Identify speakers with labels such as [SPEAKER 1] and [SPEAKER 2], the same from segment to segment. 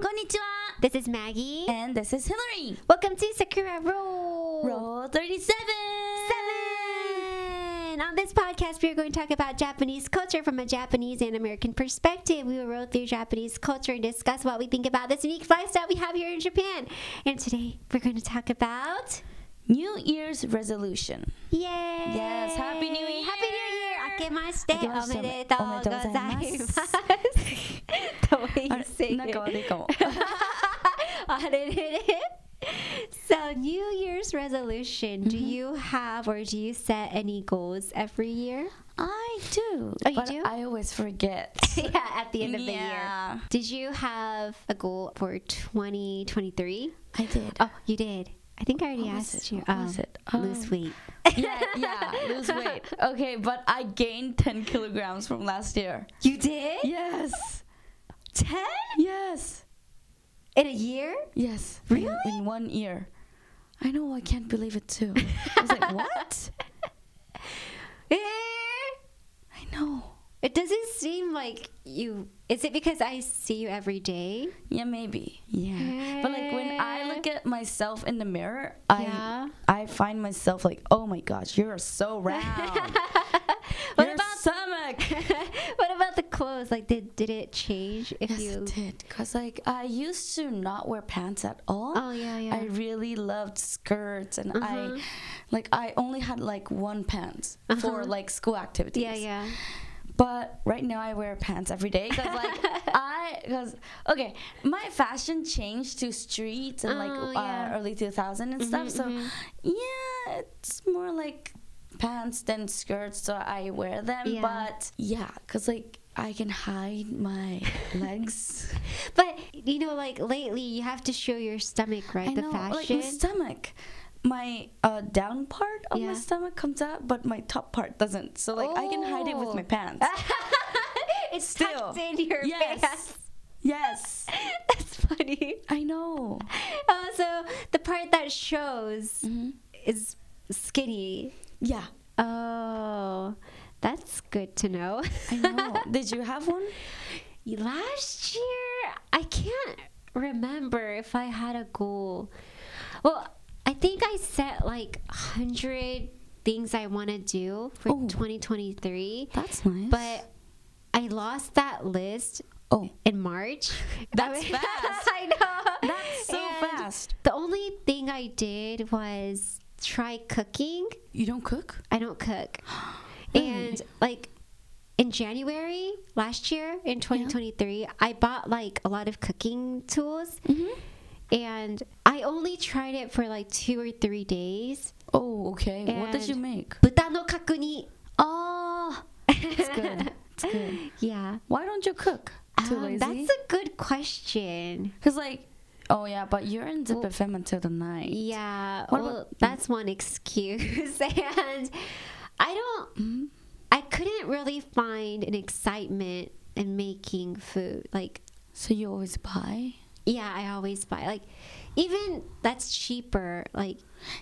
[SPEAKER 1] Konnichiwa.
[SPEAKER 2] This is Maggie.
[SPEAKER 1] And this is Hillary.
[SPEAKER 2] Welcome to Sakura Roll.
[SPEAKER 1] Roll 37.
[SPEAKER 2] Seven. On this podcast, we are going to talk about Japanese culture from a Japanese and American perspective. We will roll through Japanese culture and discuss what we think about this unique lifestyle we have here in Japan. And today, we're going to talk about
[SPEAKER 1] New Year's resolution.
[SPEAKER 2] yay!
[SPEAKER 1] Yes, Happy New Year.
[SPEAKER 2] Happy New Year! 明けまして
[SPEAKER 1] 明けまして
[SPEAKER 2] おめでとう
[SPEAKER 1] おめでとうございます。
[SPEAKER 2] ございます。The way you say it.
[SPEAKER 1] なんか悪いかも。
[SPEAKER 2] so New Year's resolution. Do you have or do you set any goals every year?
[SPEAKER 1] I do.
[SPEAKER 2] Oh, you
[SPEAKER 1] but
[SPEAKER 2] do?
[SPEAKER 1] I always forget.
[SPEAKER 2] yeah, at the end of the
[SPEAKER 1] Yeah.
[SPEAKER 2] year. Did you have a goal for 2023?
[SPEAKER 1] I did.
[SPEAKER 2] Oh, you did. I think I already
[SPEAKER 1] What was
[SPEAKER 2] asked
[SPEAKER 1] it?
[SPEAKER 2] you. Oh,
[SPEAKER 1] What was it?
[SPEAKER 2] lose
[SPEAKER 1] Um,
[SPEAKER 2] weight.
[SPEAKER 1] yeah, yeah, lose weight. Okay, but I gained 10 kilograms from last year.
[SPEAKER 2] You did?
[SPEAKER 1] Yes.
[SPEAKER 2] 10
[SPEAKER 1] Yes.
[SPEAKER 2] in a year?
[SPEAKER 1] Yes.
[SPEAKER 2] Really?
[SPEAKER 1] In, in one year. I know, I can't believe it too. I was like, what?
[SPEAKER 2] Eh,
[SPEAKER 1] I know.
[SPEAKER 2] It doesn't seem like you. Is it because I see you every day?
[SPEAKER 1] Yeah, maybe. Yeah. But like when I look at myself in the mirror, I
[SPEAKER 2] Yeah.
[SPEAKER 1] I find myself like, oh my gosh, you're so round.
[SPEAKER 2] What
[SPEAKER 1] Your
[SPEAKER 2] about-
[SPEAKER 1] stomach?
[SPEAKER 2] what about the clothes? Like, did did it change? If
[SPEAKER 1] Yes,
[SPEAKER 2] you
[SPEAKER 1] it did. Cause like I used to not wear pants at all.
[SPEAKER 2] Oh, yeah, yeah.
[SPEAKER 1] I really loved skirts, and
[SPEAKER 2] Uh-huh.
[SPEAKER 1] I, like, I only had like one pants for
[SPEAKER 2] Uh-huh.
[SPEAKER 1] like school activities.
[SPEAKER 2] yeah, yeah.
[SPEAKER 1] But right now I wear pants every day because like I because okay my fashion changed to streets and like
[SPEAKER 2] Oh,
[SPEAKER 1] uh,
[SPEAKER 2] yeah. Mm-hmm,
[SPEAKER 1] early 2000 and stuff. So yeah, it's more like pants than skirts. So I wear them.
[SPEAKER 2] Yeah.
[SPEAKER 1] But yeah, because like I can hide my legs.
[SPEAKER 2] But you know, like lately, you have to show your stomach, right?
[SPEAKER 1] I
[SPEAKER 2] the
[SPEAKER 1] know, like
[SPEAKER 2] fashion.
[SPEAKER 1] my stomach. My uh, down part of
[SPEAKER 2] Yeah.
[SPEAKER 1] my stomach comes out, but my top part doesn't. So like I can hide it with my
[SPEAKER 2] Oh.
[SPEAKER 1] pants.
[SPEAKER 2] it's
[SPEAKER 1] Still.
[SPEAKER 2] tucked in your
[SPEAKER 1] Yes.
[SPEAKER 2] pants.
[SPEAKER 1] yes,
[SPEAKER 2] That's funny.
[SPEAKER 1] I know.
[SPEAKER 2] Oh, so the part that shows
[SPEAKER 1] Mm-hmm.
[SPEAKER 2] is skinny.
[SPEAKER 1] Yeah,
[SPEAKER 2] Oh, that's good to know.
[SPEAKER 1] I know. Did you have one?
[SPEAKER 2] Last year, I can't remember if I had a goal. Well, I think I set like 100 things I want to do for
[SPEAKER 1] Oh.
[SPEAKER 2] 2023,
[SPEAKER 1] That's nice.
[SPEAKER 2] but I lost that list
[SPEAKER 1] oh,
[SPEAKER 2] in March.
[SPEAKER 1] That's
[SPEAKER 2] I
[SPEAKER 1] fast.
[SPEAKER 2] I know.
[SPEAKER 1] That's so fast.
[SPEAKER 2] The only thing I did was try cooking.
[SPEAKER 1] you don't cook?
[SPEAKER 2] I don't cook.
[SPEAKER 1] Really?
[SPEAKER 2] And like in January last year in 2023, I bought like a lot of cooking tools
[SPEAKER 1] Mhm.
[SPEAKER 2] and I only tried it for like two or three days.
[SPEAKER 1] Oh, okay. what did
[SPEAKER 2] And-
[SPEAKER 1] you make?
[SPEAKER 2] Buta no kakuni.
[SPEAKER 1] Oh, it's good. It's good.
[SPEAKER 2] Yeah.
[SPEAKER 1] Why don't you cook? Too
[SPEAKER 2] Um,
[SPEAKER 1] lazy.
[SPEAKER 2] that's a good question.
[SPEAKER 1] Cause like, oh yeah, but you're in the
[SPEAKER 2] Well-
[SPEAKER 1] buffet until the night.
[SPEAKER 2] Yeah.
[SPEAKER 1] What
[SPEAKER 2] well,
[SPEAKER 1] about-
[SPEAKER 2] that's one excuse. and I don't,
[SPEAKER 1] Mm-hmm.
[SPEAKER 2] I couldn't really find an excitement in making food. Like,
[SPEAKER 1] So you always buy.
[SPEAKER 2] Yeah, I always buy like even that's cheaper. Like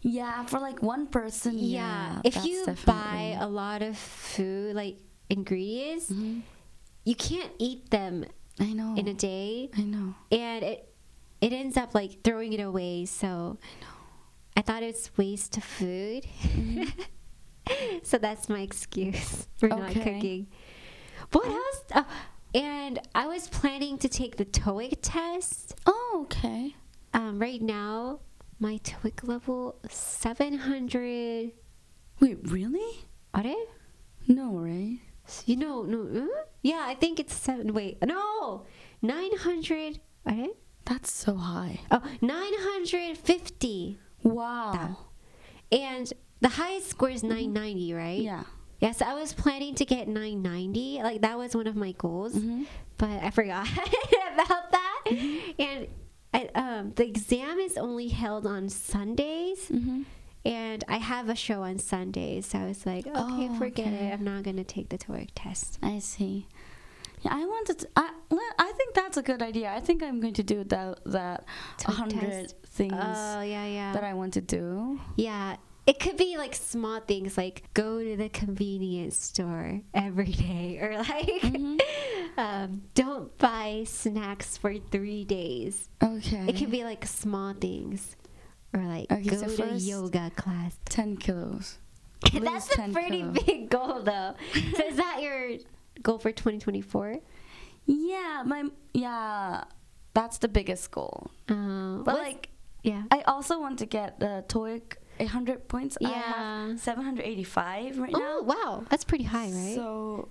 [SPEAKER 1] Yeah, for like one person.
[SPEAKER 2] yeah,
[SPEAKER 1] Yeah,
[SPEAKER 2] if
[SPEAKER 1] that's
[SPEAKER 2] you
[SPEAKER 1] definitely- Mm-hmm.
[SPEAKER 2] buy a lot of food like ingredients, you can't eat them
[SPEAKER 1] I know.
[SPEAKER 2] in a day
[SPEAKER 1] I know.
[SPEAKER 2] and it it ends up like throwing it away. So I thought it's waste of food.
[SPEAKER 1] Mm-hmm.
[SPEAKER 2] so that's my excuse for not
[SPEAKER 1] Okay.
[SPEAKER 2] cooking. What else? Oh, and I was planning to take the TOEIC test.
[SPEAKER 1] Oh, okay.
[SPEAKER 2] Um, right now, my TOEIC level 700.
[SPEAKER 1] Wait, really?
[SPEAKER 2] Are it?
[SPEAKER 1] No, right?
[SPEAKER 2] You know, no. huh? Yeah, I think it's seven. Wait, no, 900. Are it?
[SPEAKER 1] That's so high.
[SPEAKER 2] Oh, 950.
[SPEAKER 1] Wow.
[SPEAKER 2] And the highest score is 990, right?
[SPEAKER 1] Yeah.
[SPEAKER 2] Yes, I was planning to get 990. Like that was one of my goals,
[SPEAKER 1] Mm-hmm,
[SPEAKER 2] but I forgot about that. And I, um, the exam is only held on Sundays.
[SPEAKER 1] mm-hmm.
[SPEAKER 2] And I have a show on Sundays, so I was like, okay,
[SPEAKER 1] Oh,
[SPEAKER 2] forget
[SPEAKER 1] okay.
[SPEAKER 2] it. I'm not going to take the TOEIC test.
[SPEAKER 1] I see. Yeah, I wanted. To, I well, I think that's a good idea. I think I'm going to do that that
[SPEAKER 2] Tongue
[SPEAKER 1] hundred
[SPEAKER 2] test.
[SPEAKER 1] things
[SPEAKER 2] Oh, yeah, yeah.
[SPEAKER 1] that I want to do.
[SPEAKER 2] yeah, it could be like small things like go to the convenience store every day or like
[SPEAKER 1] Mm-hmm.
[SPEAKER 2] um, don't buy snacks for three days.
[SPEAKER 1] Okay.
[SPEAKER 2] It could be like small things or like
[SPEAKER 1] Mm-hmm. Okay,
[SPEAKER 2] go
[SPEAKER 1] so
[SPEAKER 2] to
[SPEAKER 1] first-
[SPEAKER 2] yoga class.
[SPEAKER 1] 10 kilos.
[SPEAKER 2] That's
[SPEAKER 1] Lose
[SPEAKER 2] a
[SPEAKER 1] 10
[SPEAKER 2] pretty
[SPEAKER 1] kilo.
[SPEAKER 2] big goal though. so is that your goal for 2024?
[SPEAKER 1] Yeah, my yeah, that's the biggest goal.
[SPEAKER 2] Um,
[SPEAKER 1] But
[SPEAKER 2] what's-
[SPEAKER 1] like
[SPEAKER 2] yeah.
[SPEAKER 1] I also want to get the TOEIC 800 points. I
[SPEAKER 2] Yeah.
[SPEAKER 1] have 785 right now.
[SPEAKER 2] Oh wow, that's pretty high, right?
[SPEAKER 1] So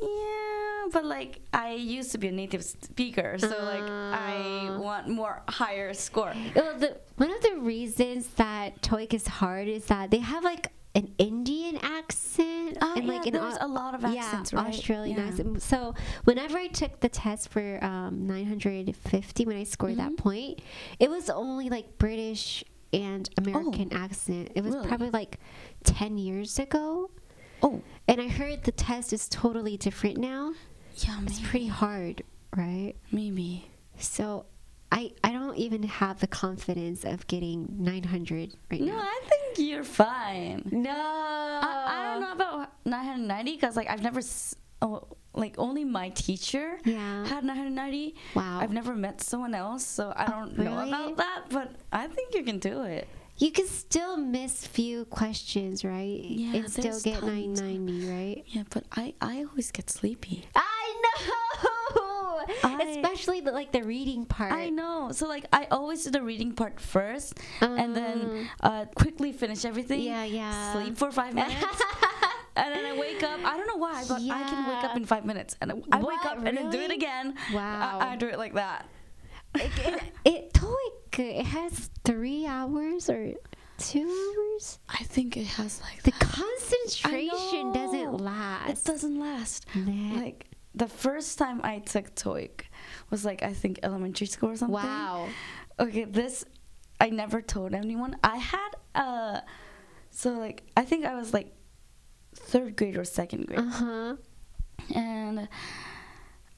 [SPEAKER 1] yeah, but like I used to be a native speaker, so like I
[SPEAKER 2] Ah.
[SPEAKER 1] want more higher score.
[SPEAKER 2] Well, the, one of the reasons that TOEIC is hard is that they have like an Indian accent
[SPEAKER 1] Ah,
[SPEAKER 2] and like
[SPEAKER 1] yeah,
[SPEAKER 2] an
[SPEAKER 1] there's
[SPEAKER 2] Au-
[SPEAKER 1] a lot of accents,
[SPEAKER 2] yeah,
[SPEAKER 1] right?
[SPEAKER 2] Australian
[SPEAKER 1] Yeah.
[SPEAKER 2] accent. So whenever I took the test for um, 950, when I scored
[SPEAKER 1] Mm-hmm.
[SPEAKER 2] that point, it was only like British and American accent. It was
[SPEAKER 1] Oh. really?
[SPEAKER 2] probably like 10 years ago,
[SPEAKER 1] Oh,
[SPEAKER 2] and I heard the test is totally different now.
[SPEAKER 1] yeah,
[SPEAKER 2] It's
[SPEAKER 1] maybe.
[SPEAKER 2] pretty hard, right?
[SPEAKER 1] maybe.
[SPEAKER 2] So I I don't even have the confidence of getting 900 right
[SPEAKER 1] No,
[SPEAKER 2] now.
[SPEAKER 1] I think you're fine.
[SPEAKER 2] No.
[SPEAKER 1] I, I don't know about 990 because like I've never, s- oh, like only my teacher
[SPEAKER 2] Yeah.
[SPEAKER 1] had 990.
[SPEAKER 2] Wow.
[SPEAKER 1] I've never met someone else, so I don't know
[SPEAKER 2] really?
[SPEAKER 1] about that. But I think you can do it.
[SPEAKER 2] You can still miss few questions, right?
[SPEAKER 1] Yeah,
[SPEAKER 2] And still
[SPEAKER 1] there's
[SPEAKER 2] get
[SPEAKER 1] tons.
[SPEAKER 2] 990, right?
[SPEAKER 1] Yeah, but I I always get sleepy.
[SPEAKER 2] I know.
[SPEAKER 1] I-
[SPEAKER 2] Especially the, like the reading part.
[SPEAKER 1] I know. So like I always do the reading part first, and then uh, quickly finish everything.
[SPEAKER 2] Oh. Yeah, yeah.
[SPEAKER 1] Sleep for five minutes. And then I wake up. I don't know why, but I can wake up
[SPEAKER 2] Yeah.
[SPEAKER 1] in five minutes, and I I wake
[SPEAKER 2] What?
[SPEAKER 1] up and then do it
[SPEAKER 2] Really?
[SPEAKER 1] again.
[SPEAKER 2] Wow.
[SPEAKER 1] I, I do it like that.
[SPEAKER 2] it, it, it TOEIC it has 3 hours or 2 hours.
[SPEAKER 1] I think it has like
[SPEAKER 2] The
[SPEAKER 1] that.
[SPEAKER 2] concentration
[SPEAKER 1] know.
[SPEAKER 2] doesn't
[SPEAKER 1] It
[SPEAKER 2] last.
[SPEAKER 1] doesn't last.
[SPEAKER 2] Nah.
[SPEAKER 1] Like the first time I took TOEIC was like I think elementary school or something.
[SPEAKER 2] Wow.
[SPEAKER 1] Okay, this I never told anyone. I had a so like I think I was like third grade or second grade,
[SPEAKER 2] Uh huh.
[SPEAKER 1] and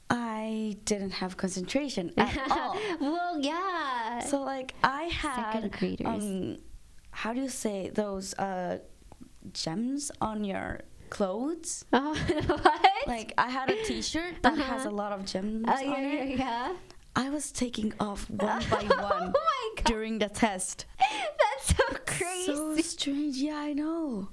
[SPEAKER 1] I didn't have concentration at all.
[SPEAKER 2] well, yeah.
[SPEAKER 1] So like I had
[SPEAKER 2] Second graders.
[SPEAKER 1] um, how do you say those uh, gems on your clothes?
[SPEAKER 2] oh, what?
[SPEAKER 1] Like I had a T-shirt that
[SPEAKER 2] Uh-huh.
[SPEAKER 1] has a lot of gems
[SPEAKER 2] oh,
[SPEAKER 1] on
[SPEAKER 2] yeah,
[SPEAKER 1] it.
[SPEAKER 2] yeah, yeah.
[SPEAKER 1] I was taking off one by
[SPEAKER 2] Oh
[SPEAKER 1] one
[SPEAKER 2] my God.
[SPEAKER 1] during the test.
[SPEAKER 2] That's so crazy.
[SPEAKER 1] So strange. Yeah, I know.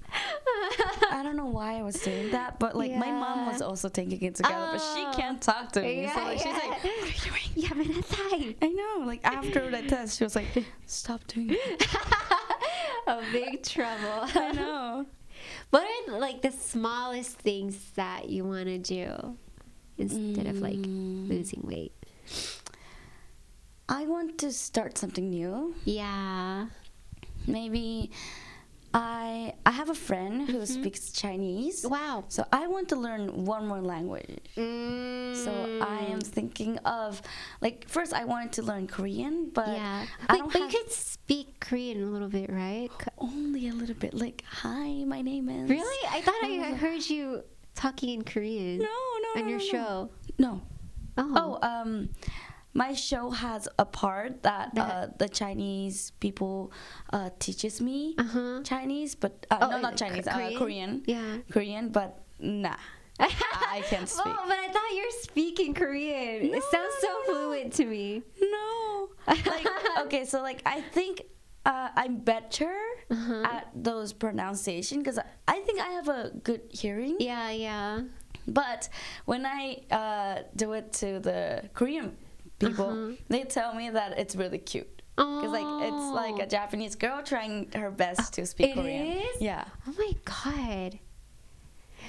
[SPEAKER 1] I don't know why I was doing that, but like my mom
[SPEAKER 2] Yeah.
[SPEAKER 1] was also taking it together, but
[SPEAKER 2] Oh.
[SPEAKER 1] she can't talk to me. so
[SPEAKER 2] Yeah,
[SPEAKER 1] like, she's
[SPEAKER 2] yeah.
[SPEAKER 1] like, "What are you doing?"
[SPEAKER 2] yeah, but that's high.
[SPEAKER 1] I know. Like after the test, she was like, "Stop doing it."
[SPEAKER 2] A big trouble.
[SPEAKER 1] I know.
[SPEAKER 2] What are like the smallest things that you want to do instead of like
[SPEAKER 1] Mm.
[SPEAKER 2] losing weight?
[SPEAKER 1] I want to start something new.
[SPEAKER 2] Yeah.
[SPEAKER 1] Maybe I I have a friend who
[SPEAKER 2] Mm-hmm.
[SPEAKER 1] speaks Chinese.
[SPEAKER 2] Wow.
[SPEAKER 1] So I want to learn one more language. Mm. So I am
[SPEAKER 2] Mm.
[SPEAKER 1] thinking of like first I wanted to learn Korean, but
[SPEAKER 2] yeah,
[SPEAKER 1] I
[SPEAKER 2] Wait,
[SPEAKER 1] don't
[SPEAKER 2] but
[SPEAKER 1] have
[SPEAKER 2] you could speak Korean a little bit, right? C-
[SPEAKER 1] only a little bit. Like, hi, my name is.
[SPEAKER 2] Really? I thought I
[SPEAKER 1] Uh,
[SPEAKER 2] heard you talking in Korean
[SPEAKER 1] No, no,
[SPEAKER 2] on
[SPEAKER 1] no,
[SPEAKER 2] your
[SPEAKER 1] no, no.
[SPEAKER 2] show.
[SPEAKER 1] No.
[SPEAKER 2] Oh,
[SPEAKER 1] Oh, um, my show has a part that, uh,
[SPEAKER 2] That-
[SPEAKER 1] the Chinese people uh, teaches me
[SPEAKER 2] uh huh.
[SPEAKER 1] Chinese, but Uh-huh. uh,
[SPEAKER 2] Oh,
[SPEAKER 1] no,
[SPEAKER 2] uh,
[SPEAKER 1] not Chinese,
[SPEAKER 2] K-
[SPEAKER 1] Uh,
[SPEAKER 2] Korean?
[SPEAKER 1] Korean,
[SPEAKER 2] Yeah.
[SPEAKER 1] Korean, but nah, I can't speak.
[SPEAKER 2] Oh, but I thought you're speaking Korean.
[SPEAKER 1] No,
[SPEAKER 2] it sounds
[SPEAKER 1] no,
[SPEAKER 2] so
[SPEAKER 1] no, no.
[SPEAKER 2] fluent to me.
[SPEAKER 1] No. Like okay, so like I think uh, I'm better
[SPEAKER 2] Uh-huh.
[SPEAKER 1] at those pronunciation because I think I have a good hearing.
[SPEAKER 2] Yeah, yeah.
[SPEAKER 1] But when I uh, do it to the Korean people,
[SPEAKER 2] Uh-huh.
[SPEAKER 1] they tell me that it's really cute. Because like it's like a Japanese girl trying her best to speak
[SPEAKER 2] Oh. Ah, It
[SPEAKER 1] Korean.
[SPEAKER 2] is?
[SPEAKER 1] Yeah.
[SPEAKER 2] Oh my god.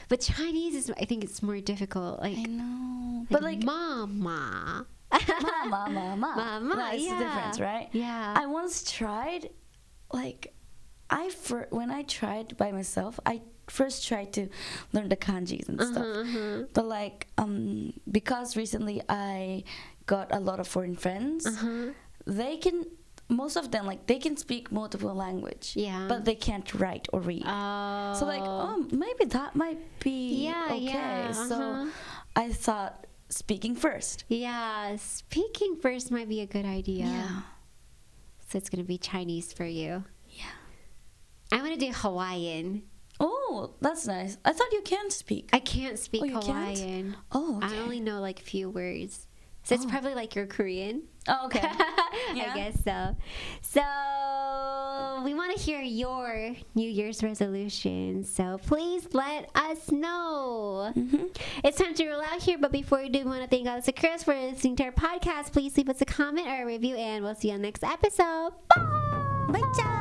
[SPEAKER 2] But Chinese is, I think, it's more difficult. Like,
[SPEAKER 1] I know. But like
[SPEAKER 2] mama.
[SPEAKER 1] mama, mama,
[SPEAKER 2] Mama,
[SPEAKER 1] That's
[SPEAKER 2] yeah.
[SPEAKER 1] the difference, right?
[SPEAKER 2] Yeah.
[SPEAKER 1] I once tried, like, I fir- when I tried by myself, I first tried to learn the kanjis and stuff.
[SPEAKER 2] Uh-huh,
[SPEAKER 1] But like, um, because recently I got a lot of foreign friends,
[SPEAKER 2] uh-huh.
[SPEAKER 1] they can most of them like they can speak multiple language.
[SPEAKER 2] Yeah.
[SPEAKER 1] But they can't write or read.
[SPEAKER 2] Oh.
[SPEAKER 1] So like, oh, maybe that might be
[SPEAKER 2] Yeah,
[SPEAKER 1] okay.
[SPEAKER 2] yeah, uh-huh.
[SPEAKER 1] So I thought speaking first.
[SPEAKER 2] Yeah, speaking first might be a good idea.
[SPEAKER 1] yeah.
[SPEAKER 2] So it's going to be Chinese for you.
[SPEAKER 1] Yeah.
[SPEAKER 2] I want to do Hawaiian.
[SPEAKER 1] Oh, that's nice. I thought you can speak.
[SPEAKER 2] I can't speak
[SPEAKER 1] Oh, you can't?
[SPEAKER 2] Hawaiian.
[SPEAKER 1] Oh, okay.
[SPEAKER 2] I only know like few words. So it's
[SPEAKER 1] Oh.
[SPEAKER 2] probably like your Korean.
[SPEAKER 1] oh, okay.
[SPEAKER 2] I
[SPEAKER 1] Yeah.
[SPEAKER 2] guess so. So we want to hear your New Year's resolution. So please let us know.
[SPEAKER 1] Mm-hmm.
[SPEAKER 2] It's time to roll out here. But before we do, we want to thank Alex and Chris for listening to our podcast. Please leave us a comment or a review, and we'll see you on next episode. Bye. Bye.